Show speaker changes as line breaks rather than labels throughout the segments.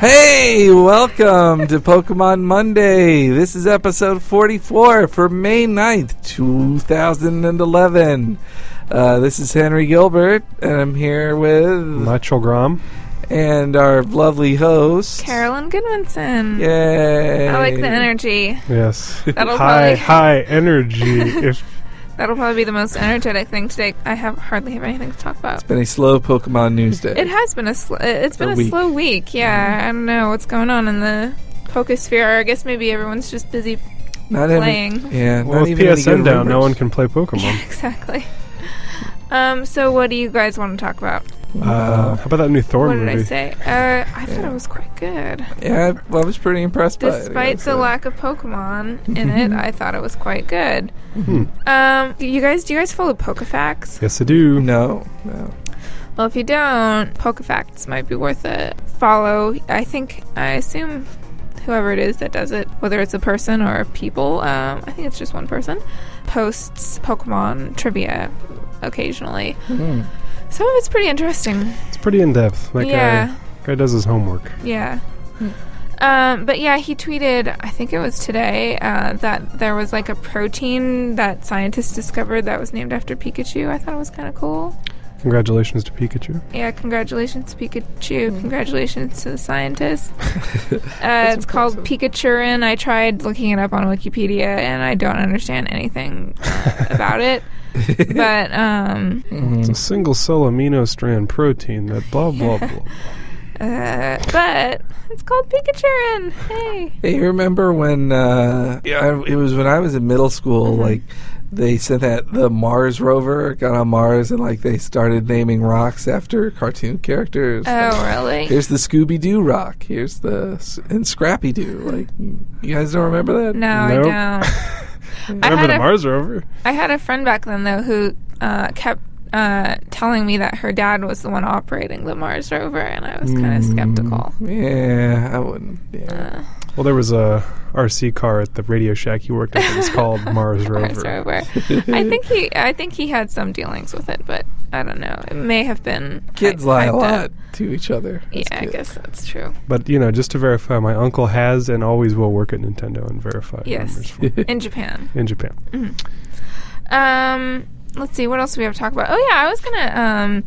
Hey, welcome to Pokemon Monday. This is episode 44 for May 9th, 2011. Uh, this is Henry Gilbert, and I'm here with
Mitchell Grom.
and our lovely host,
Carolyn Goodwinson.
Yay!
I like the energy.
Yes.
That'll
high
probably-
high energy. if
That'll probably be the most energetic thing today. I have hardly have anything to talk about.
Been a slow Pokemon news day.
It has been a sl- it's been
A
a,
week. Mm-hmm.
slow week. Yeah, I don't know what's going on in the Pokésphere. I guess maybe everyone's just busy.
not
playing.
Having, yeah,
well,
not
with
even any
PSN
good
down, no
rumors.
one can play Pokemon.
exactly. Um. So, what do you guys want to talk about?
Uh, how about that new Thor
what did
movie?
I say? Uh, I thought it was quite good,
Yeah, I, I was pretty impressed by it. I
despite
guess,
the
uh,
lack of Pokemon in it. I thought it was quite good.
Hmm.
Um. You guys, do you guys follow Pokefax?
Yes, I do.
No, no.
Well, if you don't, Pokefacts might be worth a follow. I think, I assume whoever it is that does it, whether it's a person or people, um, I think it's just one person, posts Pokemon trivia occasionally.
Hmm.
Some of it's pretty interesting.
It's pretty in depth. That
yeah,
guy, guy does his homework.
yeah. Um, but yeah, he tweeted, I think it was today, uh, that there was like a protein that scientists discovered that was named after Pikachu. I thought it was kind of cool.
Congratulations to Pikachu.
Yeah, congratulations, Pikachu. Congratulations to the scientist. uh, it's called Pikachurin. I tried looking it up on Wikipedia and I don't understand anything uh, about it. But um,
Hmm.
It's a single cell amino strand protein that blah
Oh,
blah blah.
uh, but it's called Pikachurin. Hey,
Hey, you remember when uh, I, it was when I was in middle school?
Mm-hmm.
Like they said that the Mars rover got on Mars, and like they started naming rocks after cartoon characters. Like,
oh really?
here's the Scooby Doo rock. Here's the S- and Scrappy Doo. Like you guys don't remember that?
No,
Nope.
I don't. I
Remember
had
the
a-
Mars rover?
I had a friend back then though who uh, kept uh, telling me that her dad was the one operating the Mars rover, and I was
Mm.
kind of skeptical.
Yeah, I wouldn't. Yeah.
Uh,
Well, there was a RC car at the Radio Shack he worked at. It was called Mars
Mars
Rover.
rover. I think he, I think he had some dealings with it, but I don't know. It may have been
Kids
hy-
lie a
hyped
lot
up.
to each other.
Yeah,
as
I
kids.
guess that's true.
But you know, just to verify, my uncle has and always will work at Nintendo and verify
Yes.
numbers for me
In Japan.
in Japan.
Um, let's see. What else do we have to talk about? Oh yeah, I was gonna um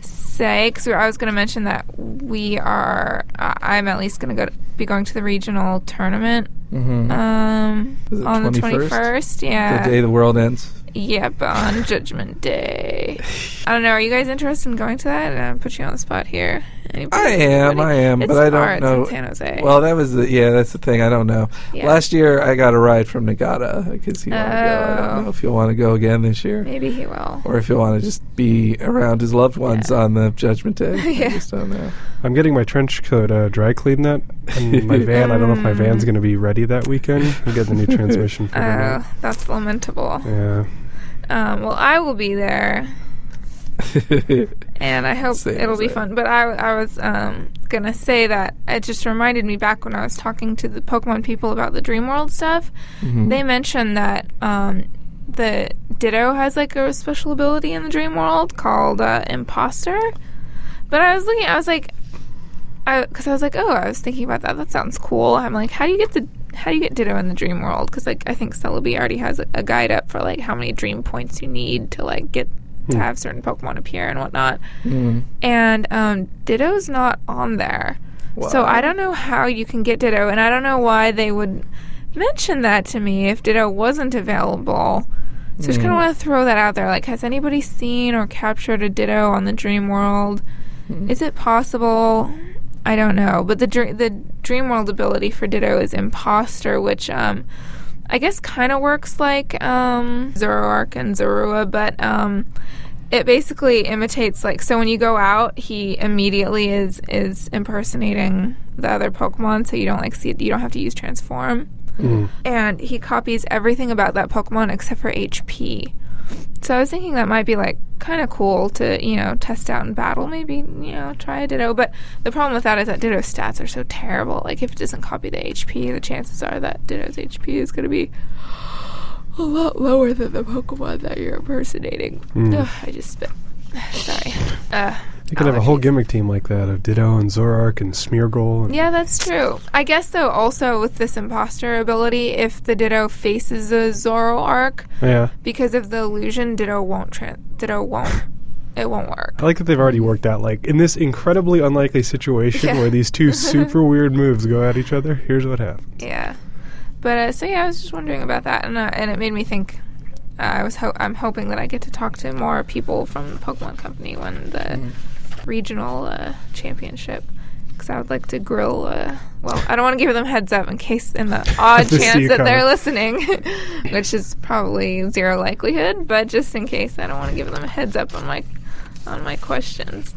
say because I was gonna mention that we are. I I'm at least gonna go to, be going to the regional tournament.
Mhm.
Um,
Is it
on the
21st?
twenty first. Yeah.
the day the world ends.
Yep, on Judgment Day. I don't know. Are you guys interested in going to that? I'm put you on the spot here. Anybody?
I am, I
Anybody?
am,
It's
but I don't
tomorrow.
know.
It's in San Jose.
Well, that was the yeah. That's the thing. I don't know.
Yeah.
Last year I got a ride from Nagata because he wanted to go. I
Oh.
don't know if you'll want to go again this year,
maybe he will.
or if you'll want to just be around his loved ones on the Judgment Day. I
Yeah.
just don't know.
I'm getting my trench coat uh, dry cleaned that in my van. I don't know if my van's
Mm.
going to be ready that weekend. I'm getting the new transmission
Oh,
figured out.
that's lamentable.
Yeah.
Um, well, I will be there, and I hope
San
it'll be
Jose.
fun. But I, I was um, gonna say that it just reminded me back when I was talking to the Pokemon people about the Dream World stuff.
Mm-hmm.
They mentioned that um, the Ditto has like a special ability in the Dream World called uh, Imposter. But I was looking, I was like, because I, was like, oh, I was thinking about that. That sounds cool. I'm like, how do you get the how do you get Ditto in the Dream World? Because like I think Celebi already has a, a guide up for like how many Dream points you need to like get to have certain Pokemon appear and whatnot.
Mm-hmm.
And um, Ditto's not on there, so
Wow.
I don't know how you can get Ditto, and I don't know why they would mention that to me if Ditto wasn't available. So I just
Mm.
kind of want to throw that out there. Like, has anybody seen or captured a Ditto on the Dream World? Is it possible? I don't know, but the dr- the Dream World ability for Ditto is Imposter, which um, I guess kind of works like um, Zoroark and Zorua, but um, it basically imitates like so when you go out, he immediately is is impersonating the other Pokemon, so you don't like see you don't have to use Transform,
Mm.
and he copies everything about that Pokemon except for HP. So I was thinking that might be like kind of cool to you know test out in battle, maybe you know try a Ditto. But the problem with that is that Ditto's stats are so terrible. Like if it doesn't copy the HP, the chances are that Ditto's HP is going to be a lot lower than the Pokemon that you're impersonating. Ugh, I just spit. Sorry. Uh,
mm. They could have a whole gimmick team like that of Ditto and Zorark and Smeargle. And
Yeah, that's true. I guess though, also with this imposter ability, if the Ditto faces a Zoroark
yeah.
because of the illusion, Ditto won't. Tra- Ditto won't. it won't work.
I like that they've already worked out, like, in this incredibly unlikely situation
Mm-hmm. Yeah.
where these two super weird moves go at each other, here's what happens.
Yeah. But uh, so yeah, I was just wondering about that, and uh, and it made me think. Uh, I was ho- I'm hoping that I get to talk to more people from the Pokemon Company when the
Mm-hmm.
regional uh, championship. Because I would like to grill. Uh, well, I don't want to give them heads up in case, in the odd
They see
chance
you
that they're
coming.
listening, which is probably zero likelihood. But just in case, I don't want to give them a heads up on my on my questions.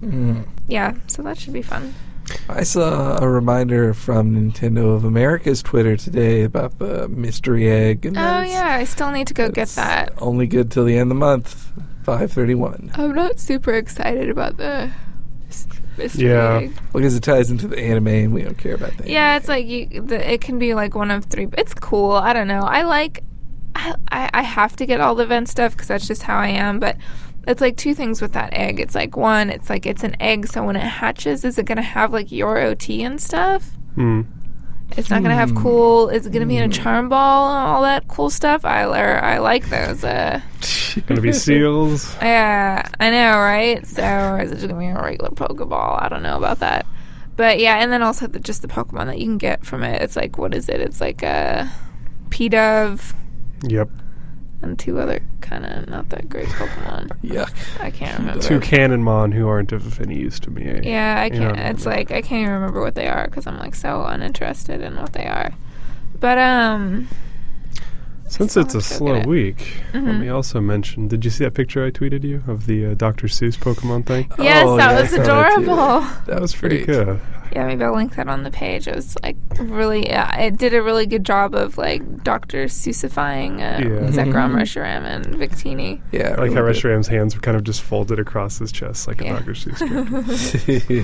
Yeah, so that should be fun.
Mm-hmm. I saw a reminder from Nintendo of America's Twitter today about the mystery egg. And
Oh
that's-
yeah, I still need to go get
it's
that.
Only good till the end of the month, five thirty-one,
I'm not super excited about the s- mystery.
Yeah.
egg.
because it ties into the anime, and we don't care about that.
Yeah, it's like you. The, it can be like one of three. It's cool. I don't know. I like. I I, I have to get all the event stuff because that's just how I am. But it's like two things with that egg. It's like one. It's like it's an egg. So when it hatches, is it gonna have like your OT and stuff?
Hmm.
It's not gonna have cool. Is it gonna be in a charm ball and all that cool stuff? I or I like those. Uh,
Gonna be seals.
yeah, I know, right? So, or is it just gonna be a regular Pokeball? I don't know about that. But yeah, and then also the, just the Pokemon that you can get from it. It's like what is it? It's like a P-Dove
Yep.
and two other kind of not that great Pokemon.
Yuck.
I can't remember.
Two Cannonmon who aren't of any use to me. eh?
Yeah, I
You know
can't.
what I
It's
mean.
like I can't even remember what they are because I'm like so uninterested in what they are. But um,
Since
I
it's a
still
slow
get it. Mm-hmm.
week, let me also mention did you see that picture I tweeted you of the uh, Dr. Seuss Pokemon thing?
yes,
Oh,
that
yeah, I
was
saw that too.
adorable.
That was
Pretty
great.
good.
Yeah, maybe I'll link that on the page. It was like really, uh, it did a really good job of like Dr. Seussifying um,
Yeah.
Zekrom,
Mhm.
Reshiram, and Victini.
Yeah,
I like how
really good.
Reshiram's hands were kind of just folded across his chest like
Yeah.
a Dr. Seuss character.
I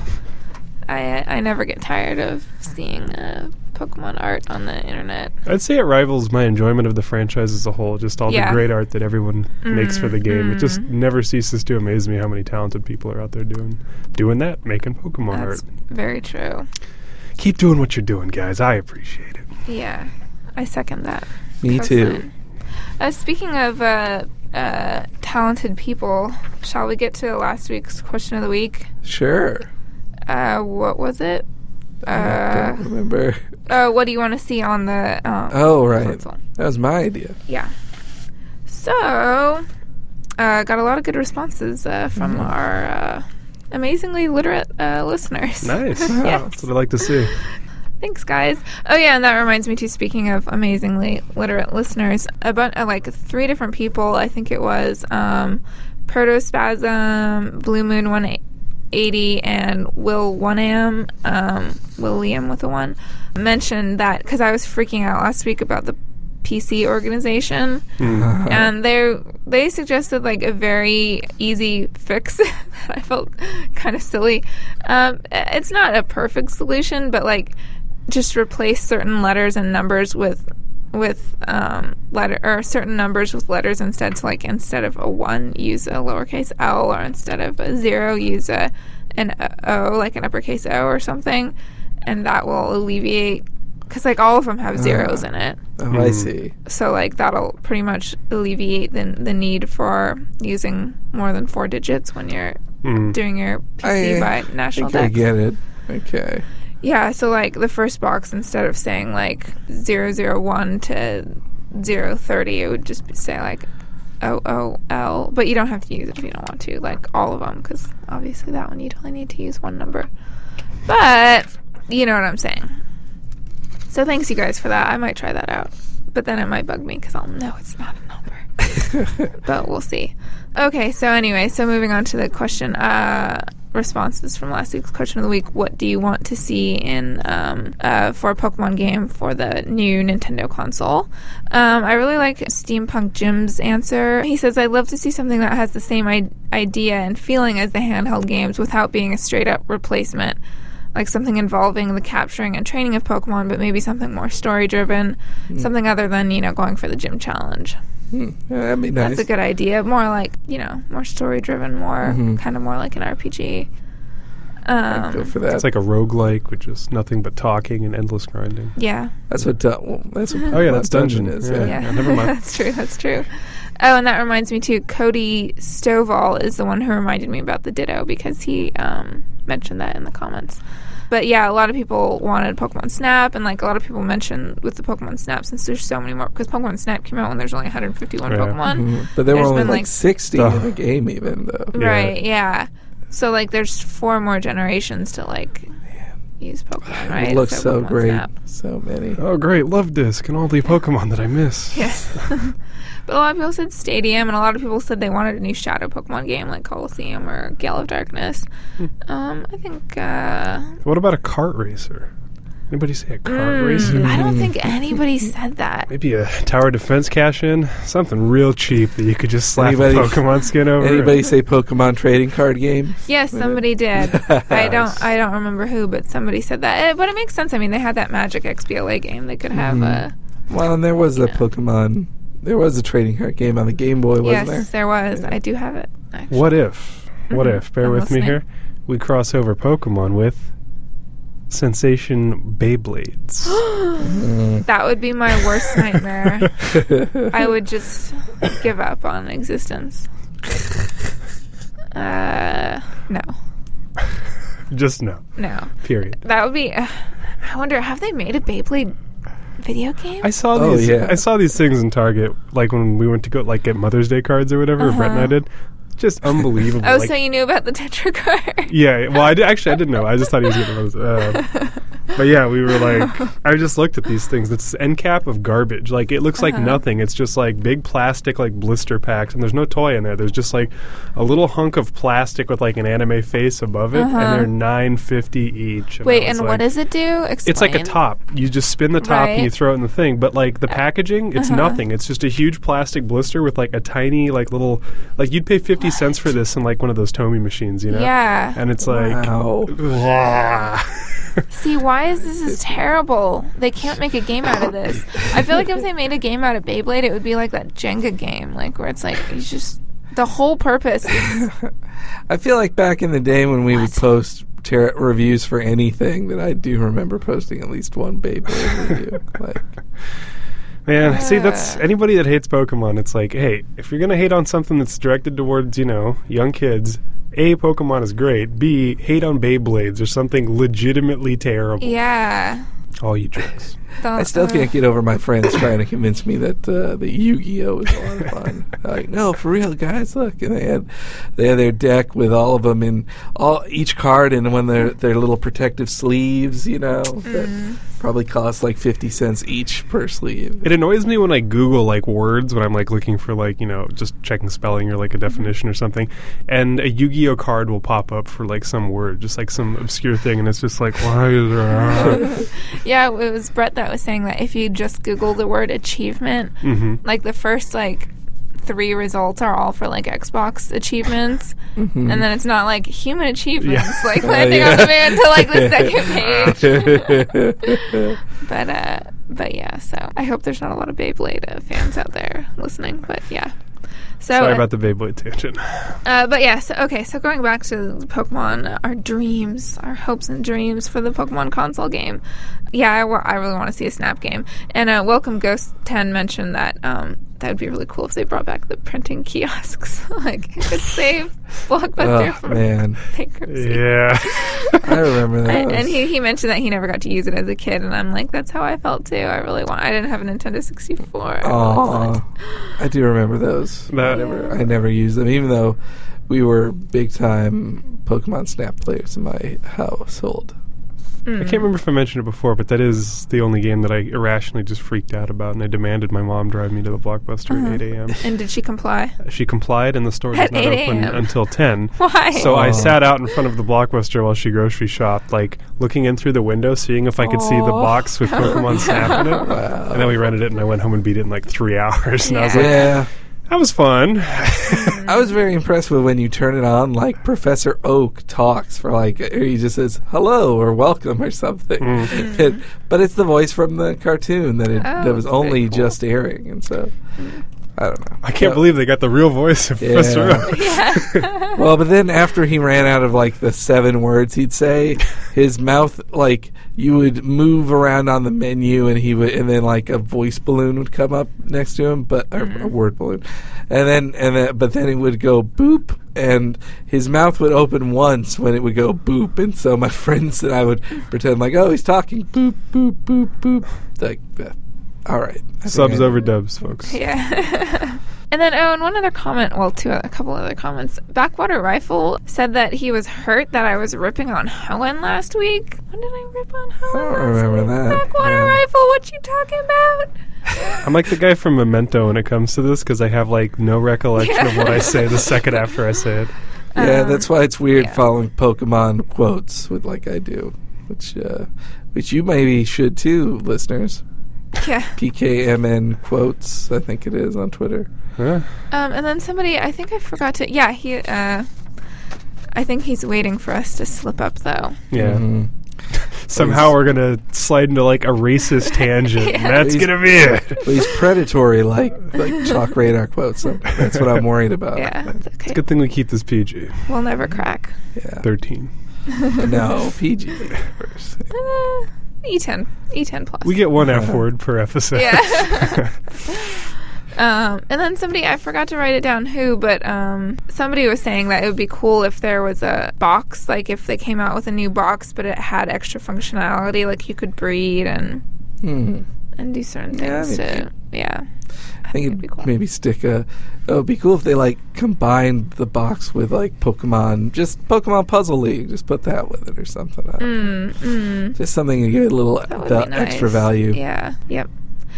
uh, I never get tired of seeing uh, Pokemon art on the internet.
I'd say it rivals my enjoyment of the franchise as a whole, just all
Yeah. Mm-hmm.
the great art that everyone makes for the game. It just never ceases to amaze me how many talented people are out there doing doing that, making Pokemon
That's
art.
very true.
Keep doing what you're doing, guys. I appreciate it.
Yeah, I second that.
Me too.
person. Uh, speaking of uh, uh, talented people, shall we get to last week's question of the week?
Sure.
Uh, what was it?
I
Uh,
don't remember.
uh, what do you want to see on the um,
Oh right,
console?
that was my idea.
Yeah. So, uh, got a lot of good responses uh, from
Mm-hmm.
our uh, amazingly literate uh, listeners.
Nice.
Yes.
That's what I like to see.
Thanks, guys. Oh yeah, and that reminds me too. Speaking of amazingly literate listeners, about uh, like three different people. I think it was um, Protospasm, Blue Moon One Eighty, and Will One Am, um, William with a one, mentioned that because I was freaking out last week about the PC organization
Hmm.
Uh-huh.
and they they suggested like a very easy fix that I felt kind of silly. Um, it's not a perfect solution, but like just replace certain letters and numbers with with um, letter or certain numbers with letters instead. So like instead of a one, use a lowercase l, or instead of a zero, use a an o like an uppercase o or something, and that will alleviate because like all of them have zeros in it
Oh, I
Mm.
see.
so like that'll pretty much alleviate the, the need for using more than four digits when you're
Mm.
doing your PC
I
by national
think I
deck.
get it. Okay.
Yeah, so like the first box instead of saying like 001 to 030 it would just be- say like OOL, but you don't have to use it if you don't want to, like all of them cuz obviously that one you'd only need to use one number. But you know what I'm saying. So thanks you guys for that. I might try that out. But then it might bug me cuz I'll know it's not a number but we'll see. Okay, so anyway, so moving on to the question uh, responses from last week's question of the week. What do you want to see in um, uh, for a Pokemon game for the new Nintendo console? Um, I really like Steampunk Jim's answer. He says, "I'd love to see something that has the same I- idea and feeling as the handheld games, without being a straight up replacement." like something involving the capturing and training of Pokemon, but maybe something more story driven, something other than, you know, going for the gym challenge.
Hmm. Yeah, that'd be nice.
That's a good idea. More like, you know, more story driven, more kind of more like an RPG.
I'd go
Um,
for that.
It's like a roguelike, which is nothing but talking and endless grinding.
yeah.
that's what. dun well, that's what.
Oh, yeah,
that's
that's
dungeon,
Dungeon.
is.
Yeah.
Yeah.
no,
Yeah,
never mind.
that's true. That's true. Oh, and that reminds me too. Cody Stovall is the one who reminded me about the Ditto because he um, mentioned that in the comments. But yeah, a lot of people wanted Pokemon Snap, and like a lot of people mentioned with the Pokemon Snap, since there's so many more, because Pokemon Snap came out when there's only 151
Yeah.
Pokemon.
Mhm. But there were
There's
only
been,
like,
like-
sixty
Ugh.
in the game, even though.
Yeah.
Right, yeah. So like there's four more generations to like use Pokemon, right?
It looks so
Pokemon
great.
Snap.
So many.
Oh, great. Love disc and all the Pokemon that I miss.
Yes. but a lot of people said Stadium, and a lot of people said they wanted a new Shadow Pokemon game like Coliseum or Gale of Darkness.
Hmm.
Um, I think. Uh,
What about a kart racer? Anybody say a kart
mm,
racer?
I don't think anybody said that.
Maybe a tower defense cash in? Something real cheap that you could just slap
Anybody-
a Pokemon skin over.
Anybody say Pokemon trading card game?
Yes, somebody did. I don't. I don't remember who, but somebody said that. Eh, but it makes sense. I mean, they had that Magic XBLA game. They could
Mm-hmm.
have a.
Well, and there was a
Yeah.
Pokemon. There was a trading card game on the Game Boy, wasn't
Yes,
there?
there? was. I do have it. Actually.
What if? What
Mhm,
if? Bear
I'm
with
listening.
me here. We cross over Pokemon with Sensation Beyblades.
Mm-hmm.
That would be my worst nightmare. I would just give up on existence. Uh, no,
Just no.
no.
Period.
That would be. Uh, I wonder, have they made a Beyblade video game?
I saw
Oh,
these.
yeah.
I saw these things in Target, like when we went to go like get Mother's Day cards or whatever. Brett and I
Uh-huh.
did. Just unbelievable.
oh,
like-
so you knew about the Tetra card?
yeah. Well, I did, actually I didn't know. I just thought he was getting Mother's. Uh, but yeah, we were like, I just looked at these things. It's this end cap of garbage. Like it looks like
Uh-huh.
nothing. It's just like big plastic like blister packs, and there's no toy in there. There's just like a little hunk of plastic with like an anime face above it,
Uh-huh.
and they're nine fifty each.
Wait,
I was
and
like-
what does it do? Explain.
it's like a top. You just spin the top and
Right. Uh, uh-huh.
you throw it in the thing. But like the packaging, it's nothing. It's just a huge plastic blister with like a tiny like little like you'd pay fifty cents for this in like one of those Tomy machines, you know?
Yeah.
And it's like
Wow.
See, why is this is terrible? They can't make a game out of this. I feel like if they made a game out of Beyblade, it would be like that Jenga game, like where it's like it's just the whole purpose is
I feel like back in the day when we would post ter- reviews for anything, that I do remember posting at least one Beyblade review. Like,
Man, see that's anybody that hates Pokemon, it's like, hey, if you're gonna hate on something that's directed towards, you know, young kids, A Pokemon is great. B, hate on Beyblades or something legitimately terrible.
yeah.
All you jerks.
The-
I still
uh,
can't get over my friends trying to convince me that uh, the Yu-Gi-Oh is a lot of fun. like, no, for real, guys, look, and they had they had their deck with all of them in all each card and one of their their little protective sleeves, you know,
Mm-hmm.
that probably cost like fifty cents each per sleeve.
It annoys me when I Google like words when I'm like looking for like you know just checking spelling or like a definition or something, and a Yu-Gi-Oh card will pop up for like some word, just like some obscure thing, and it's just like why is there?
Mm-hmm.
Yeah, it was Brett that was saying that if you just Google the word achievement,
hmm
like the first like three results are all for like Xbox achievements, and then it's not like human achievements.
Mm-hmm. Yeah.
Like
Oh,
landing
yeah.
on the man to like the second page. but uh, but yeah. So I hope there's not a lot of Beyblade uh, fans out there listening. But yeah. So
Sorry
uh,
about the Beyblade tangent.
uh, but yeah, so okay, so going back to Pokemon, our dreams, our hopes and dreams for the Pokemon console game. Yeah, I wa- I really want to see a Snap game. And uh, Welcome Ghost Ten mentioned that um, that would be really cool if they brought back the printing kiosks, like it could save Blockbuster
Oh
from
man,
bankruptcy.
yeah,
I remember that.
And, and he, he mentioned that he never got to use it as a kid, and I'm like, that's how I felt too. I really want. I didn't have a Nintendo 64. I really wanted-
Aw. I do remember those. I
That-
never, I never used them, even though we were big time Pokemon Snap players in my household.
Mm.
I can't remember if I mentioned it before, but that is the only game that I irrationally just freaked out about, and I demanded my mom drive me to the Blockbuster at 8 a.m.
And did she comply?
She complied, and the store does
At
not
8
open
a.m..
until 10.
Why?
So I
Oh.
sat out in front of the Blockbuster while she grocery shopped, like looking in through the window, seeing if I could see the
Aw.
box
Oh.
with Pokemon Snap in it.
Wow.
And then we rented it, and I went home and beat it in like three hours. And I was
Yeah.
like,
Yeah.
that was fun.
I was very impressed with when you turn it on, like Professor Oak talks for like, or he just says hello or welcome or something. It- but it's the voice from the cartoon that it,
Mm-hmm. Oh,
that was
that's very
only
cool.
just airing, and so I don't know.
I can't
So-
believe they got the real voice of
Yeah.
Professor Oak.
Yeah.
Well, but then after he ran out of like the seven words he'd say, his mouth like you would move around on the menu, and he would, and then like a voice balloon would come up next to him, but or a word balloon, and then and then but then it would go boop, and his mouth would open once when it would go boop, and so my friends and I would pretend like oh he's talking boop boop boop boop like. Uh, all right. I think
Subs
I-
over dubs, folks.
Yeah. and then, oh, and one other comment. Well, two, a couple other comments. Backwater Rifle said that he was hurt that I was ripping on Hoenn last week. When did I rip on Hoenn?
I don't
last
remember
week?
that.
Backwater
Yeah.
Rifle. What you talking about?
I'm like the guy from Memento when it comes to this because I have like no recollection of what I say the second after I say it.
Yeah,
Um,
that's why it's weird
yeah.
following Pokemon quotes with like I do, which uh, which you maybe should too, listeners.
Yeah.
PKMN quotes, I think it is on Twitter.
Huh?
Um, and then somebody, I think I forgot to. Yeah, he. Uh, I think he's waiting for us to slip up though.
Yeah.
Mhm.
Somehow we're gonna slide into like a racist tangent. and
Yeah.
That's
Please.
gonna be it.
But he's predatory, like like chalk radar quotes. So that's what I'm worried about.
Yeah, it's okay.
Good thing we keep this PG
We'll never crack.
Yeah.
thirteen.
No PG. first.
Uh, E10, E10 E plus.
We get one F word per episode.
Yeah. Um, and then somebody, I forgot to write it down who, but um, somebody was saying that it would be cool if there was a box, like if they came out with a new box, but it had extra functionality, like you could breed and
Hmm.
and do certain
Yeah, I
things
mean,
to, yeah.
I think
It'd
it'd
be cool.
maybe stick a. It would be cool if they like combined the box with like Pokemon, just Pokemon Puzzle League. Just put that with it or something. I don't know.
Mm, mm.
Just something to give it a little
That would
the
be nice.
extra value.
Yeah. Yep.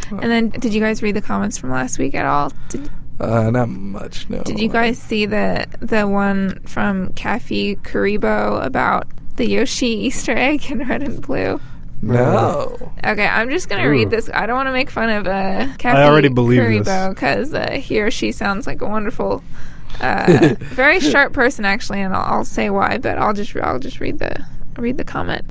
And then, did you guys read the comments from last week at all? Did,
Uh, not much, no.
did you guys see the the one from Cafe Karibo about the Yoshi Easter egg in red and blue?
No.
Okay, I'm just gonna
Ooh.
read this. I don't want to make fun of uh, Kathy
already believe this.
because uh, he or she sounds like a wonderful, uh, very sharp person actually, and I'll, I'll say why. But I'll just I'll just read the read the comment.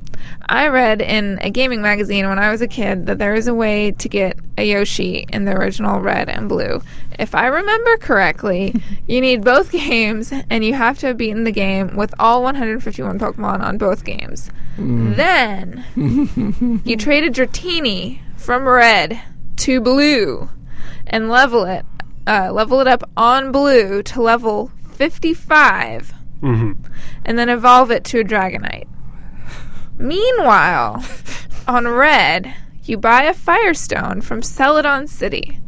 I read in a gaming magazine when I was a kid that there is a way to get a Yoshi in the original red and blue. If I remember correctly, you need both games and you have to have beaten the game with all 151 Pokemon on both games.
Mm.
Then you traded Dratini from red to blue and level it uh, level it up on blue to level 55
hmm
and then evolve it to a Dragonite. Meanwhile, on red, you buy a Firestone from Celadon City.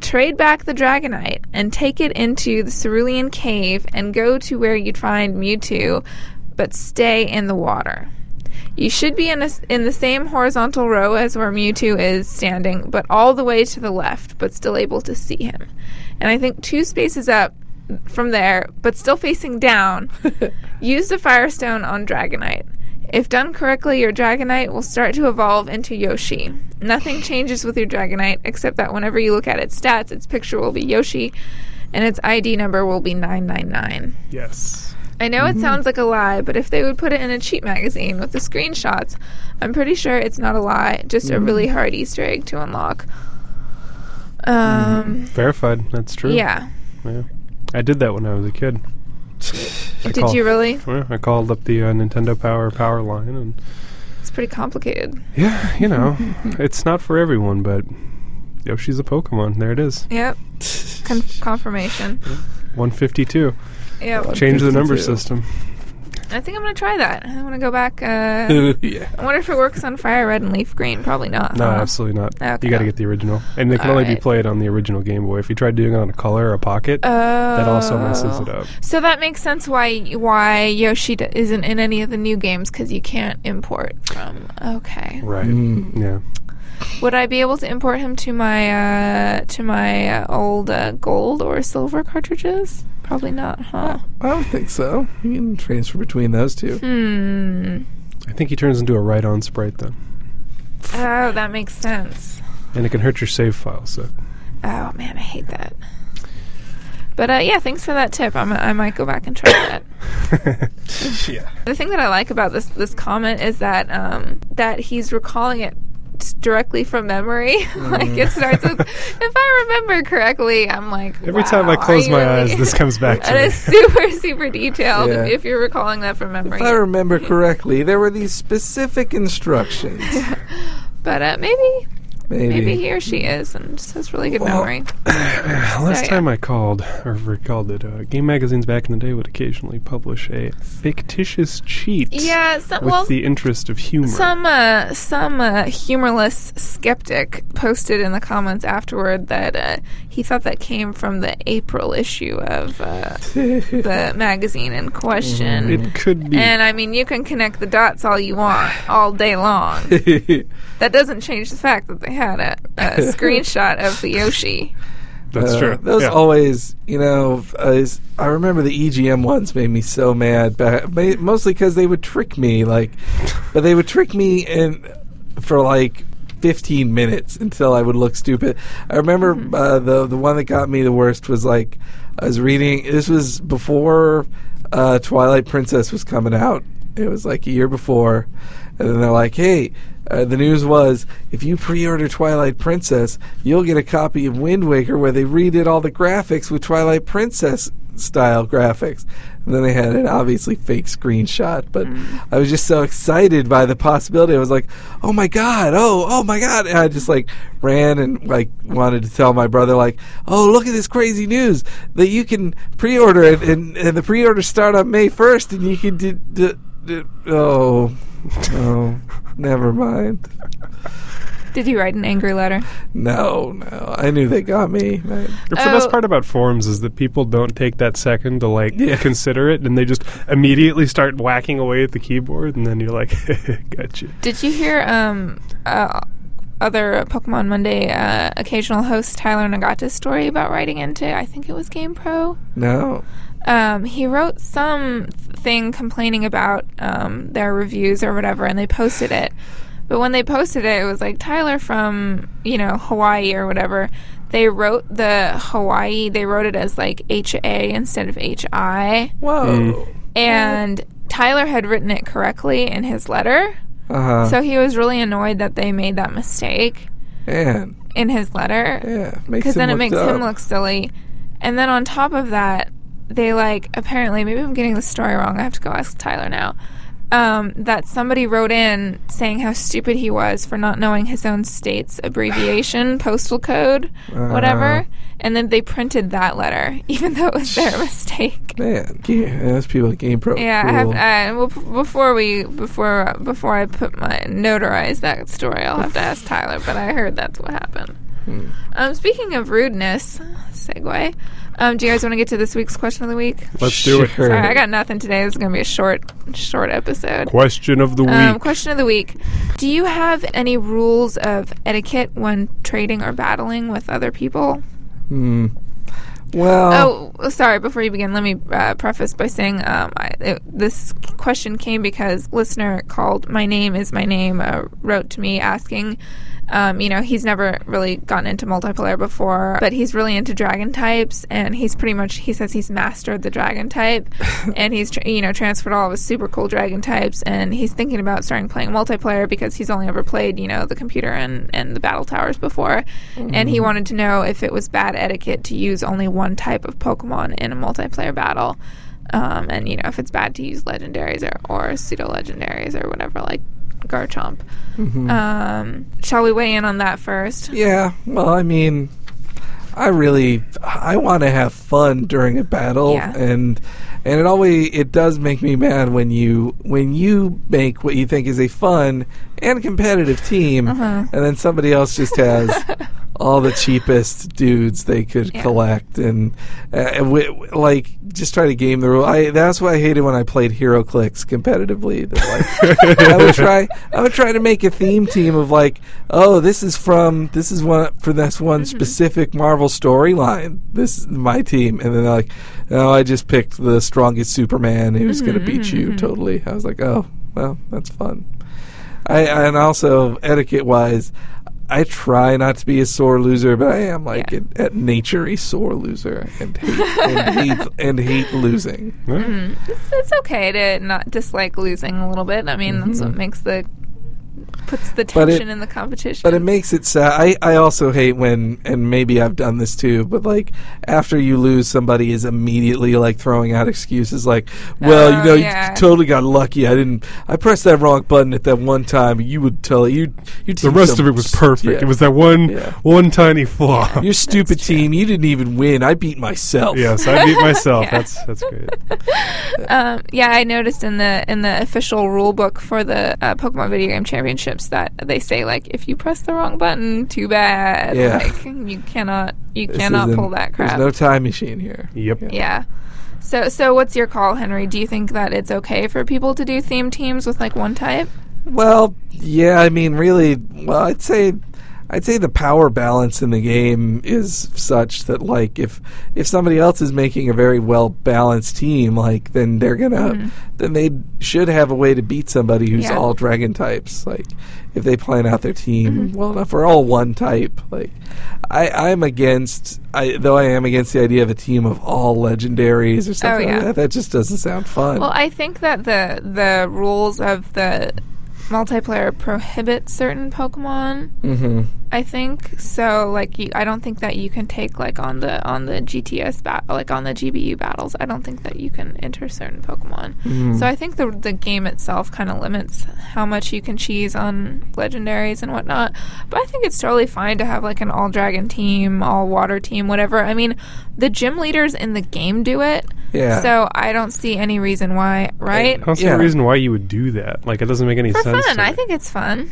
Trade back the Dragonite and take it into the Cerulean Cave and go to where you'd find Mewtwo, but stay in the water. You should be in, a, in the same horizontal row as where Mewtwo is standing, but all the way to the left, but still able to see him. And I think two spaces up from there, but still facing down, use the Firestone on Dragonite. If done correctly, your Dragonite will start to evolve into Yoshi. Nothing changes with your Dragonite except that whenever you look at its stats, its picture will be Yoshi and its ID number will be 999.
Yes.
I know it sounds like a lie, but if they would put it in a cheat magazine with the screenshots, I'm pretty sure it's not a lie, just a really hard Easter egg to unlock. Um,
Verified. That's true.
yeah.
Yeah. I did that when I was a kid. I
Did
call-
you really?
Yeah, I called up the uh, Nintendo Power power line, and
It's pretty complicated.
yeah, you know, it's not for everyone, but Yoshi's a Pokemon. There it is.
Yep. Con- confirmation.
152.
Yep.
Change the number
152.
system.
I think I'm gonna try that. I want to go back. Uh,
yeah.
I wonder if it works on fire red and leaf green. Probably not.
No,
huh?
absolutely not.
Uh-huh. Okay.
You got to get the original, and they can only be
Alright.
played on the original Game Boy. If you try doing it on a color or a pocket,
Oh.
that also messes it up.
So that makes sense why why Yoshi d- isn't in any of the new games because you can't import from. Okay.
Right?
Mm.
Yeah.
Would I be able to import him to my uh, to my uh, old uh, gold or silver cartridges? Probably not, huh?
I don't think so. You can transfer between those two.
Hmm.
I think he turns into a right-on sprite then,
Oh, that makes sense.
and it can hurt your save file. So
Oh man, I hate that. But uh, yeah, thanks for that tip. I'm, I might go back and try that.
yeah.
The thing that I like about this this comment is that um, that he's recalling it t- directly from memory. like
Mm.
it starts with, if I remember correctly, I'm like
Every
wow,
time I
are
close
you
my
really-
eyes, this comes back to
That is
me.
super super detailed.
Yeah.
If you're recalling that from memory,
If I remember correctly, there were these specific instructions.
but uh, maybe
Maybe.
maybe he or she is and just has really good
Well,
memory.
Last
Oh, yeah.
time I called or recalled it, uh, game magazines back in the day would occasionally publish a fictitious cheat.
Yeah, some,
With
well,
the interest of humor.
Some uh, some uh, humorless skeptic posted in the comments afterward that uh, he thought that came from the April issue of uh, the magazine in question.
it could be.
and I mean, you can connect the dots all you want, all day long. That doesn't change the fact that they had a, a screenshot of the Yoshi.
That's
Uh,
true.
Those
yeah.
always, you know, uh, is, I remember the EGM ones made me so mad, but ma- mostly because they would trick me, like, but they would trick me in for like. 15 minutes until I would look stupid. I remember uh, the the one that got me the worst was like I was reading this was before uh, Twilight Princess was coming out. It was like a year before and then they're like, "Hey, uh, the news was if you pre-order Twilight Princess, you'll get a copy of Wind Waker where they redid all the graphics with Twilight Princess style graphics." And then they had an obviously fake screenshot, but I was just so excited by the possibility. I was like, "Oh my god! Oh, oh my god!" And I just like ran and like wanted to tell my brother, like, "Oh, look at this crazy news that you can pre-order it, and, and the pre-orders start on May first, and you can do." do, do oh. Oh, never mind.
Did you write an angry letter?
No, no. I knew they got me. I-
That's the best
Oh.
part about forums is that people don't take that second to like
Yeah.
consider it, and they just immediately start whacking away at the keyboard, and then you're like, "Gotcha."
Did you hear um uh, other Pokemon Monday uh, occasional host Tyler Nagata's story about writing into I think it was GamePro?
no.
Um, he wrote some thing complaining about um, their reviews or whatever, and they posted it. But when they posted it, it was like Tyler from you know Hawaii or whatever. They wrote the Hawaii. They wrote it as like H A instead of H I,
Whoa.
and Tyler had written it correctly in his letter.
Uh-huh.
So he was really annoyed that they made that mistake
and
in his letter
yeah, makes
because
him
then it
look
makes
dumb.
him look silly. And then on top of that, they like apparently maybe I'm getting the story wrong. I have to go ask Tyler now. Um, that somebody wrote in saying how stupid he was for not knowing his own state's abbreviation, postal code,
Uh.
whatever. And then they printed that letter, even though it was their mistake.
Man, yeah, those people at Game Pro.
Yeah, I
cool.
have. Uh, well, p- before we before before I put my notarize that story, I'll have to ask Tyler. But I heard that's what happened.
Hmm.
Um, speaking of rudeness, segue. Um, do you guys want to get to this week's question of the week?
Let's do it.
Sure.
Sorry, I got nothing today. This is gonna be a short short episode.
Question of the week.
Um, question of the week: Do you have any rules of etiquette when trading or battling with other people?
Hmm. Well,
Oh, sorry. Before you begin, let me uh, preface by saying um, I, it, this question came because listener called. My name is my name. Uh, wrote to me asking, um, you know, he's never really gotten into multiplayer before, but he's really into dragon types, and he's pretty much he says he's mastered the dragon type, and he's tr- you know transferred all of his super cool dragon types, and he's thinking about starting playing multiplayer because he's only ever played you know the computer and and the battle towers before, and he wanted to know if it was bad etiquette to use only one type of Pokemon in a multiplayer battle. Um, and you know if it's bad to use legendaries or, or pseudo legendaries or whatever like Garchomp.
Mm.
Um, shall we weigh in on that first?
yeah. Well, I mean, I really I want to have fun during a battle
Yeah.
and and it always it does make me mad when you when you make what you think is a fun and competitive team
Uh-huh.
and then somebody else just has all the cheapest dudes they could collect and uh, and wi- wi- like just try to game the rule. I that's why I hated when I played Hero Clicks competitively. That, like, I would try I would try to make a theme team of like oh this is from this is one for this one specific Marvel storyline. This is my team and then they're like oh I just picked the strongest Superman who's going to beat you totally. I was like oh well that's fun. I and also etiquette wise, I try not to be a sore loser, but I am like
Yeah.
an- at nature a sore loser and hate, and hate and hate losing.
Huh?
Hmm.
Mm.
It's, it's okay to not dislike losing a little bit. I mean, that's what makes the puts the
Mm-hmm. But it-
tension in the competition.
But it makes it sad. I, I also hate when, and maybe I've done this too, but like after you lose, somebody is immediately like throwing out excuses like, well,
Oh,
you know,
yeah.
you totally got lucky. I didn't, I pressed that wrong button at that one time. You would tell, you, you
The rest of it was perfect. It was that one
Yeah.
one tiny flaw.
your stupid
true.
team. You didn't even win. I beat myself.
yes, I beat myself.
Yeah.
That's that's great.
um, yeah, I noticed in the in the official rule book for the uh, Pokemon video game championships that they say like if you press the wrong button, too bad.
Yeah.
Like, you cannot you
This
cannot
isn't-
pull that crap.
There's no time machine here.
Yep.
yeah. So so what's your call, Henry? Do you think that it's okay for people to do theme teams with like one type?
Well, yeah, I mean, really, well, I'd say, I'd say the power balance in the game is such that, like, if if somebody else is making a very well balanced team, like, then they're gonna, then they should have a way to beat somebody who's
Mm-hmm. Yeah.
all dragon types. Like, if they plan out their team
Mm-hmm.
well enough, or all one type. Like, I I'm against, I though I am against the idea of a team of all legendaries or something.
Oh, yeah.
like that. that just doesn't sound fun.
Well, I think that the the rules of the multiplayer prohibit certain Pokemon.
mm-hmm.
I think so. Like, you, I don't think that you can take like on the on the GTS bat, like on the GBU battles. I don't think that you can enter certain Pokemon. So I think the the game itself kind of limits how much you can cheese on legendaries and whatnot. But I think it's totally fine to have like an all dragon team, all water team, whatever. I mean, the gym leaders in the game do it.
Yeah.
So I don't see any reason why, right?
I don't see
Yeah.
a reason why you would do that. Like it doesn't make any
For
sense.
fun,
to
I
me.
think it's fun.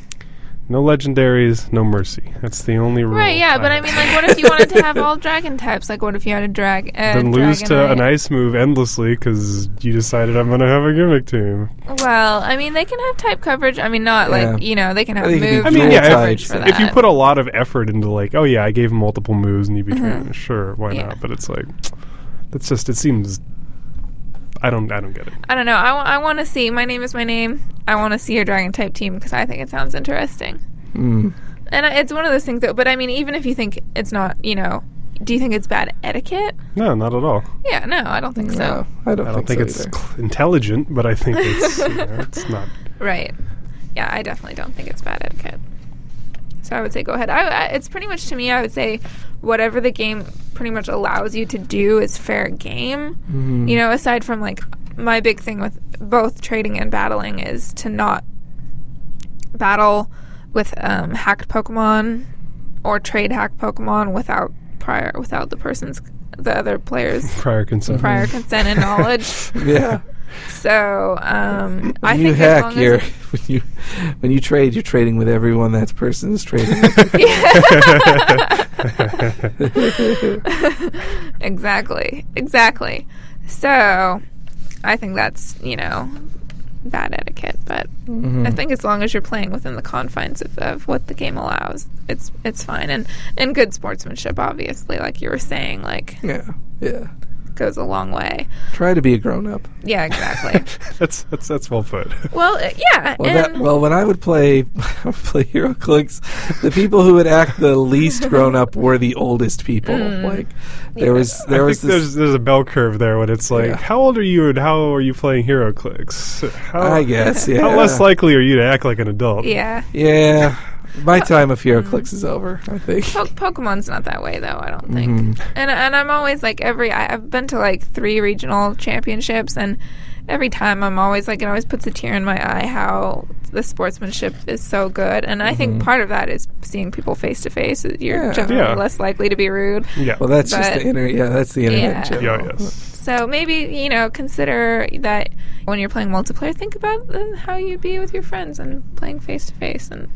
no legendaries, no mercy. That's the only rule.
Right, yeah, but I mean, like, what if you wanted to have all dragon types? Like, what if you had a drag? Uh,
then lose to an
Dragonite?
ice move endlessly because you decided I'm gonna have a gimmick team.
Well, I mean, they can have type coverage. I mean, not
Yeah.
like you know, they can have
I think
move
you can
I mean,
Dual
yeah, if-
types.
coverage for that.
if you put a lot of effort into like, oh yeah, I gave him multiple moves and he became sure, why
Mm-hmm. Yeah.
not? But it's like that's just it seems I don't I don't get it.
I don't know. I want to see. My name is my name. I want to see a dragon type team because I think it sounds interesting.
Mm.
And I, it's one of those things that. But I mean, even if you think it's not, you know, do you think it's bad etiquette?
No, not at all.
Yeah, no, I don't think
No,
so.
I don't,
I don't think,
so
it's
either.
cl- intelligent, but I think it's you know, it's not.
Right. Yeah, I definitely don't think it's bad etiquette. So I would say go ahead. I, I, it's pretty much to me. I would say whatever the game pretty much allows you to do is fair game.
Hmm. Mm-hmm.
mm-hmm.
You know, aside from like my big thing with both trading and battling is to not battle with um, hacked Pokemon or trade hacked Pokemon without prior without the person's the other player's
Prior consent.
prior consent and knowledge.
Yeah.
So um, I
when you
think as
hack
long
your
as
when you when you trade, you're trading with everyone that person is trading. with.
exactly. Exactly. So I think that's, you know, bad etiquette, but
Mm-hmm. Mm.
I think as long as you're playing within the confines of, of what the game allows, it's it's fine. And and good sportsmanship obviously, like you were saying, like
yeah, yeah.
goes a long way.
Try to be a grown up.
Yeah, exactly.
that's that's that's well put.
well, uh, yeah.
Well,
and
that, well, when I would play I would play HeroClix, the people who would act the least grown up were the oldest people.
Mm.
Like there was there
I
was
think
this.
there's there's a bell curve there when it's like,
Yeah.
how old are you and how are you playing Hero Clicks? How,
I guess yeah.
how less likely are you to act like an adult?
yeah.
yeah.
Uh,
My time of
mm.
HeroClix is over. I think.
Po- Pokemon's not that way though. I don't think.
Mm-hmm.
And and I'm always like every I, I've been to like three regional championships, and every time I'm always like it always puts a tear in my eye how the sportsmanship is so good. And I think part of that is seeing people face to face. You're
Yeah.
definitely
Yeah.
less likely to be rude.
Yeah.
Well, that's just
But-
the internet. Yeah, that's the internet.
Yeah.
In
yeah,
general.
yes.
So maybe you know consider that when you're playing multiplayer, think about uh, how you'd be with your friends and playing face to face and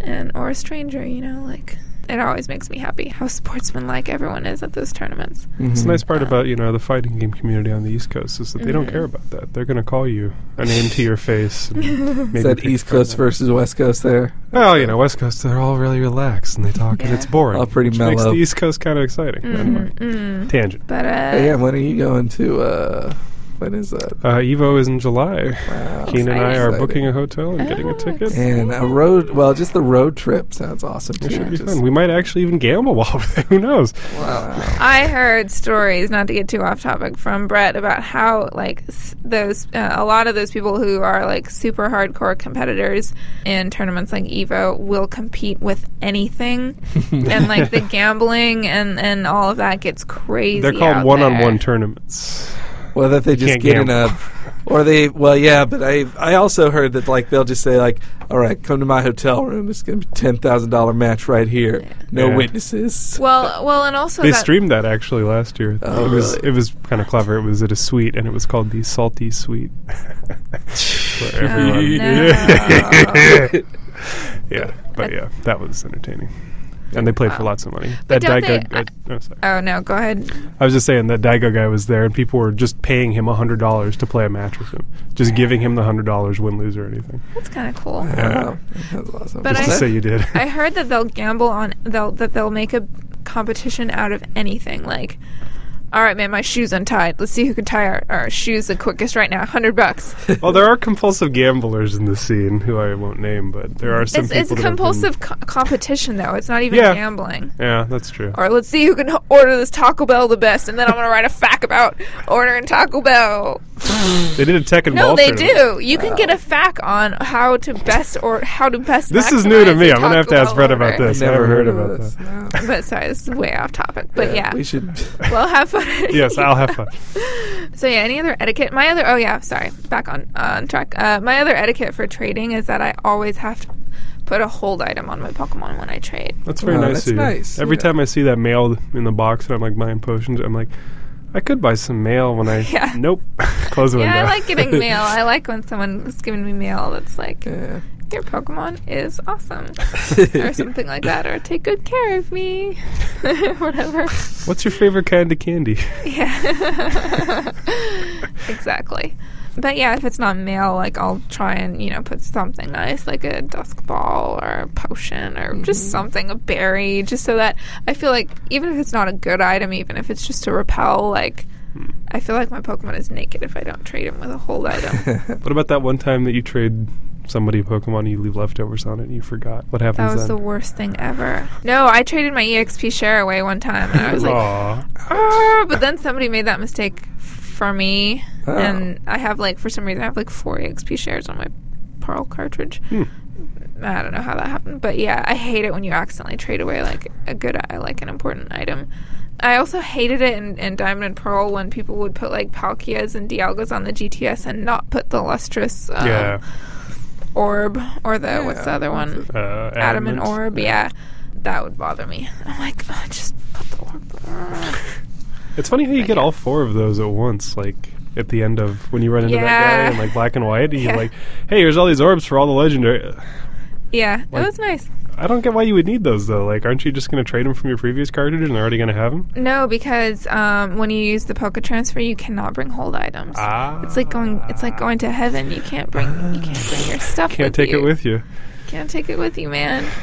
and or a stranger. You know, like it always makes me happy how sportsmanlike everyone is at those tournaments.
Mm-hmm.
It's the nice part about you know the fighting game community on the East Coast is that they
Mm-hmm.
don't care about that. They're going to call you a name to your face.
Mm-hmm.
And
Is
maybe
that
take
East
fun
Coast
out.
versus West Coast there?
Well, you know, West Coast they're all really relaxed and they talk and
Yeah. Mm-hmm.
it's boring.
All pretty
which Makes
mellow.
the East Coast kind of exciting. Anyway, Tangent.
But uh,
Yeah, when are you going to uh, When is that?
Uh, Evo is in July. Keen
Wow.
and I
Exciting.
are
Exciting.
booking a hotel and getting
Oh,
a ticket.
exciting.
And a road, well, just the road trip sounds awesome.
It
too.
should be
Just-
fun. We might actually even gamble while we're there. Who knows?
Wow.
I heard stories, not to get too off topic, from Brett about how like s- those uh, a lot of those people who are like super hardcore competitors in tournaments like Evo will compete with anything, and like the gambling and and all of that gets crazy.
They're called
out
one-on-one
there.
tournaments.
Well, that they just
can't
get in
gamble.
a, or they, well, yeah, but I, I also heard that like they'll just say like, all right, come to my hotel room. It's gonna be ten thousand dollar match right here. No
Yeah.
witnesses.
Well, well, and also
They
that-
streamed that actually last year.
Oh,
it was
really?
it was kind of clever. It was at a suite, and it was called the Salty Suite. Where everyone-
Oh,
yeah.
no.
but yeah, that was entertaining, and they played for lots of money. That
don't
Daigo,
they-
uh, oh, sorry.
Oh no! Go ahead.
I was just saying that Daigo guy was there, and people were just paying him hundred dollars to play a match with him, just giving him the hundred dollars win, lose, or anything,
That's kind of cool.
Wow. That's awesome.
But
just
I-
to say you did.
I heard that they'll gamble on they'll that they'll make a competition out of anything. Like, all right, man, my shoes untied. Let's see who can tie our, our shoes the quickest right now. Hundred bucks.
well, there are compulsive gamblers in the scene who I won't name, but there are some
It's,
people.
it's a
that have been-
compulsive co- competition though. It's not even
Yeah.
gambling.
yeah, that's true.
Or let's see who can h- order this Taco Bell the best, and then I'm gonna write a fact about ordering Taco Bell.
They did a tech and
No,
ball
they
tournament.
do. You can get a fact on how to best or how to best.
This is new to
maximize
me.
your
I'm gonna have
Taco
to ask
Bell
Brett about
order.
this. I haven't heard about
this. No.
But sorry, this is way off topic. But yeah,
we should.
Well, have fun.
yes, I'll have fun.
So yeah, any other etiquette? My other oh yeah, sorry, back on on track. Uh, my other etiquette for trading is that I always have to put a hold item on my Pokemon when I trade.
That's very
Oh,
nice
that's
of you.
nice,
Every
yeah.
time I see that mail in the box and I'm like buying potions, I'm like, I could buy some mail when I.
Yeah.
Nope. Close the window.
Yeah, I like getting mail. I like when someone's giving me mail that's like,
Yeah.
your Pokemon is awesome, or something like that, or take good care of me, whatever.
What's your favorite kind of candy?
Yeah. exactly. But yeah, if it's not mail, like I'll try and, you know, put something nice, like a dusk ball or a potion or just something, a berry, just so that I feel like even if it's not a good item, even if it's just to repel, like I feel like my Pokemon is naked if I don't trade him with a hold item.
What about that one time that you trade somebody a Pokemon and you leave leftovers on it and you forgot? What happens
that was the
then?
worst thing ever. No, I traded my EXP share away one time and I was like,
Aw.
"Ah," but then somebody made that mistake for me,
Oh.
and I have like for some reason I have like four EXP shares on my Pearl cartridge.
Hmm.
I don't know how that happened, but yeah, I hate it when you accidentally trade away like a good, i- like an important item. I also hated it in, in Diamond and Pearl when people would put like Palkias and Dialgas on the GTS and not put the lustrous um,
yeah.
orb or the what's the
Yeah,
other
what's
one?
Uh,
Adam and
adamant.
Orb, yeah. That would bother me. I'm like, oh, just put the orb. there."
It's funny how you get all four of those at once, like at the end of when you run into
Yeah.
that guy in like black and white, and you're
Yeah.
like, "Hey, here's all these orbs for all the legendary."
Yeah,
Like-
it was nice.
I don't get why you would need those though. Like, aren't you just going to trade them from your previous cartridge and they're already going to have them?
No, because um, when you use the Poké Transfer, you cannot bring hold items.
Ah,
It's like going. It's like going to heaven. You can't bring. You can't bring your stuff.
Ah, Can't take
you.
it with you.
Can't take it with you, man.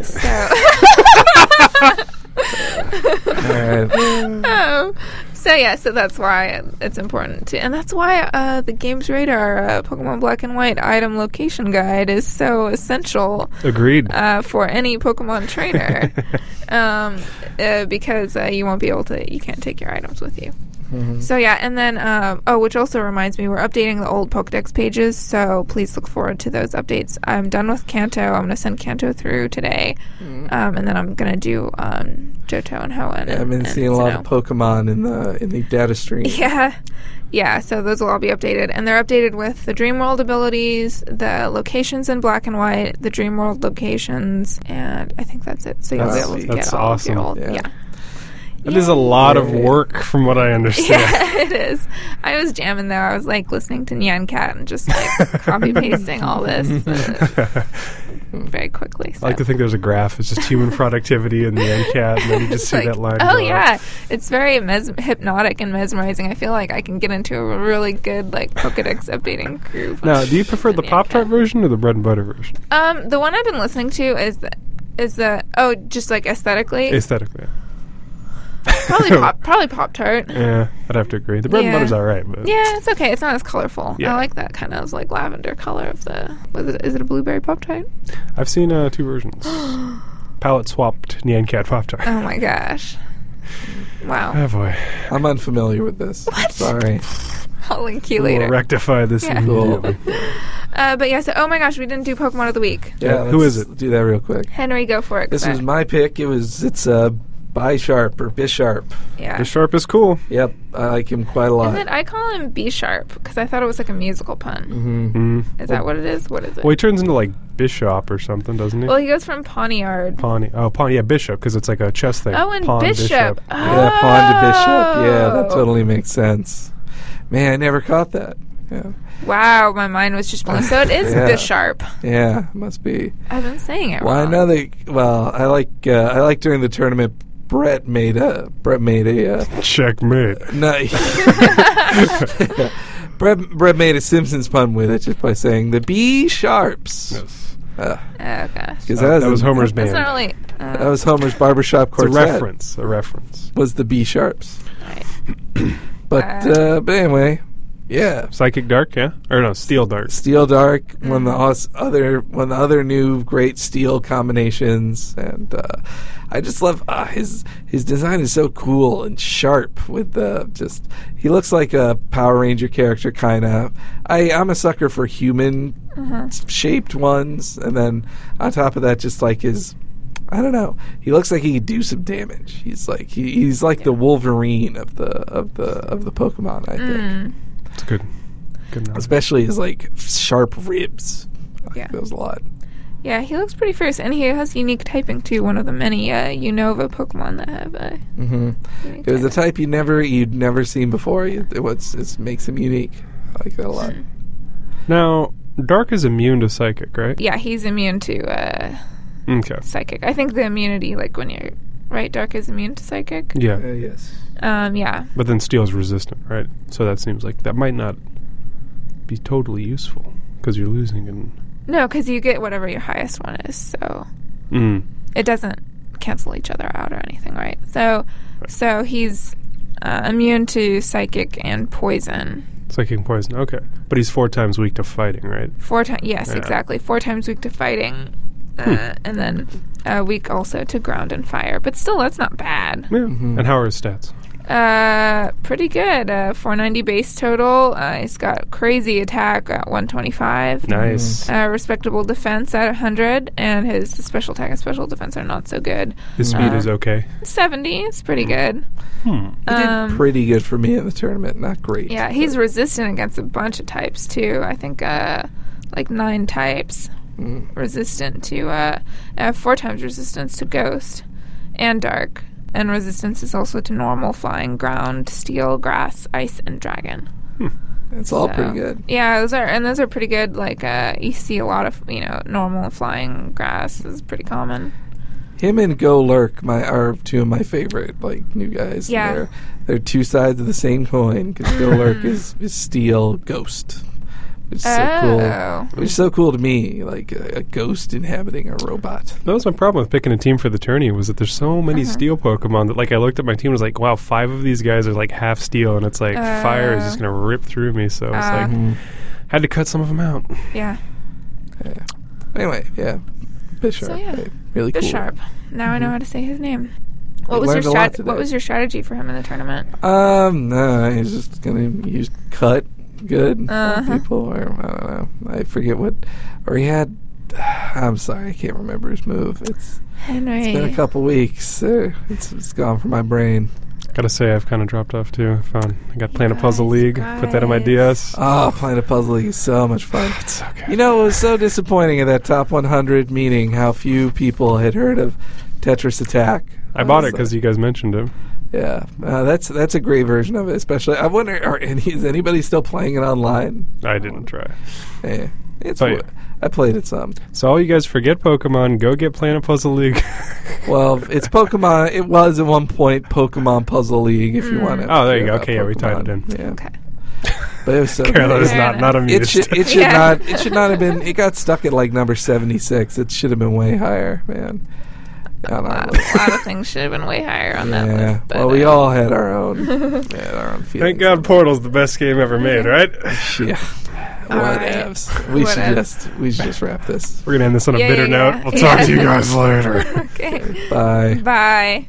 So.
All right.
Oh. So yeah, so that's why it's important to, and that's why uh, the Games Radar uh, Pokemon Black and White item location guide is so essential
Agreed.
uh, for any Pokemon trainer, um, uh, because uh, you won't be able to, you can't take your items with you.
Mm-hmm.
So yeah, and then um, oh, which also reminds me, we're updating the old Pokedex pages, so please look forward to those updates. I'm done with Kanto. I'm gonna send Kanto through today, um, and then I'm gonna do um, Johto and Hoenn.
Yeah, I've
and-
been
and
seeing a lot of
Sinnoh.
Pokemon in the in the data stream.
Yeah. Yeah, so those will all be updated. And they're updated with the Dream World abilities, the locations in black and white, the Dream World locations, and I think that's it. So you'll be
That's-
able to
that's
get all of
awesome.
your old.
Yeah.
Yeah.
That is a lot of
Yeah.
work, from what I understand.
Yeah, it is. I was jamming though. I was like listening to Nyan Cat and just like copy pasting all this uh, very quickly. So.
I like to think there's a graph. It's just human productivity and the NCAT, and then you just
It's
see
like,
that line.
Oh
go up.
yeah, it's very mes- hypnotic and mesmerizing. I feel like I can get into a really good like Pokedex updating groove.
Now, do you prefer the
Nyan
Pop Tart
Cat.
version or the bread and butter version?
Um, the one I've been listening to is the, is the oh, just like aesthetically.
Aesthetically.
Probably pop, probably Pop Tart.
yeah, I'd have to agree. The bread
Yeah.
and butter's all right, but
Yeah, it's okay. It's not as colorful.
Yeah.
I like that kind of like lavender color of the. Was it? Is it a blueberry pop tart?
I've seen uh, two versions. Palette swapped Nyan Cat Pop Tart.
Oh my gosh! Wow.
Oh boy.
I'm unfamiliar with this. Sorry.
I'll link you
We'll
later.
rectify this
Yeah.
immediately.
Uh, but yeah, so oh my gosh, we didn't do Pokemon of the week.
Yeah, who
let's
is it?
Do that real quick.
Henry, go for it.
This
'cause
was
I-
my pick. It was it's a Bisharp or Bisharp.
yeah.
The sharp is cool.
Yep, I like him quite a
And
lot.
then I call him B sharp because I thought it was like a musical pun.
hmm
Mm.
Is that what it is? What is it?
Well, he turns into like Bishop or something, doesn't he?
Well, he goes from Pawniard.
Pawn. Oh, pawn. Yeah, Bishop, because it's like a chess thing.
Oh, and
Pawn,
Bishop. Oh.
Yeah, pawn to bishop. Yeah, that totally makes sense. Man, I never caught that. Yeah,
Wow, my mind was just blown. So it is
Yeah.
Bisharp.
yeah, must be.
I've been saying it
Well, I
wrong.
know they. Well, I like. Uh, I like during the tournament. Brett made a. Brett made a. Uh,
Checkmate.
no. Brett, Brett made a Simpsons pun with it just by saying the B sharps.
Yes.
Oh gosh.
Because
Uh, that was Homer's
That's
band.
not really. Uh,
That was Homer's barbershop
it's a
quartet.
reference. A reference.
Was the B sharps.
right.
But
Uh.
uh, but anyway, yeah.
Psychic Dark, yeah, or no, Steel Dark.
Steel Dark, one of the aus- other one of the other new great steel combinations, and uh, I just love uh, his his design is so cool and sharp with the just he looks like a Power Ranger character kind of. I I'm a sucker for human
Uh-huh.
shaped ones, and then on top of that, just like his. I don't know. He looks like he could do some damage. He's like he, he's like the Wolverine of the of the of the Pokemon. I think
Mm,
It's good. Good. knowledge.
especially his like sharp ribs.
Yeah.
Yeah, feels a lot.
yeah, he looks pretty fierce, and he has unique typing too. One of the many uh, Unova Pokemon that have a.
Mm-hmm.
unique
It was a
typing.
type you never you'd never seen before. You, it, what's it makes him unique. I like that a lot.
Now, Dark is immune to Psychic, right?
yeah, he's immune to uh,
Okay.
psychic. I think the immunity, like when you're right, dark is immune to psychic.
Uh,
Yeah,
yes.
Um, yeah,
but then Steel's resistant, right? So that seems like that might not be totally useful because you're losing and.
no, because you get whatever your highest one is, so
Mm.
it doesn't cancel each other out or anything, right? So, so he's uh, immune to psychic and poison.
Psychic poison. Okay, but he's four times weak to fighting, right?
Four times, yes,
Yeah.
exactly. Four times weak to fighting, uh,
Hmm.
and then uh, weak also to ground and fire. But still, that's not bad.
Yeah.
Mm-hmm.
And how are his stats?
Uh, pretty good. Uh, 490 base total. Uh, he's got crazy attack at 125.
Nice.
Mm-hmm.
Uh, respectable defense at 100, and his special attack and special defense are not so good.
His speed is okay.
70 is pretty good.
Hmm.
He
Um,
did pretty good for me in the tournament. Not great.
Yeah, he's resistant against a bunch of types too. I think uh, like nine types
Mm.
resistant to uh, uh, four times resistance to ghost and dark, and resistance is also to normal, flying, ground, steel, grass, ice, and dragon.
It's all
So-
pretty good.
Yeah, those are and those are pretty good. Like uh, you see a lot of you know normal, flying, grass is pretty common.
Him and Go Lurk my are two of my favorite like new guys.
Yeah.
They're, they're two sides of the same coin because Go Lurk is, is steel ghost, which is so cool.
oh,
Which is so cool to me, like a, a ghost inhabiting a robot.
That was my problem with picking a team for the tourney was that there's so many
Uh-huh.
steel Pokemon that like I looked at my team and was like, wow, five of these guys are like half steel and it's like fire is just gonna rip through me. So it's
Uh.
like had to cut some of them out.
yeah,
Anyway, yeah. Bisharp.
So, yeah.
eh, Really cool.
Bisharp. Now I know how to say his name. What
We
was your
learned a lot
strat-
today.
what was your strategy for him in the tournament?
Um, no, he's just gonna use cut good on
Uh-huh.
people, or I don't know. I forget what, or he had. I'm sorry, I can't remember his move. It's
Henry.
it's been a couple weeks. Uh, it's, it's gone from my brain.
Gotta say I've kinda dropped off too. I found I got Planet Puzzle
Guys,
League, put that in my
guys.
DS.
Oh, playing a puzzle league is so much fun.
it's okay.
You know, it was so disappointing at that top 100 meeting how few people had heard of Tetris Attack.
I bought it
was, uh,
because you guys mentioned it.
Yeah, uh, that's that's a great version of it. Especially, I wonder, are any, is anybody still playing it online?
I didn't try.
Hey, it's.
Oh, yeah.
I played it some.
So all you guys forget Pokemon, go get Planet Puzzle League.
Well, it's Pokemon. It was at one point Pokemon Puzzle League. If you want to.
Oh, there you go. Okay, yeah, we tied it in.
Yeah,
Okay.
but it was so.
Carola's
good.
Fair
not not
It
amused.
should. It should
Yeah.
not. It should not have been. It got stuck at like number seventy six. It should have been way higher, man. on
A
our
lot,
list.
a lot of things should have been way higher on that
Yeah.
list. but,
Well, we
uh,
all had our own, we had our own feelings.
Thank God Portal's the best game ever made, right?
Yeah.
All right.
Whatevs. We should
Whatevs.
just we should just wrap this.
We're going to end this on a
Yeah,
bitter
yeah, yeah.
note. We'll talk to you
Yeah.
guys later.
okay.
Bye.
Bye.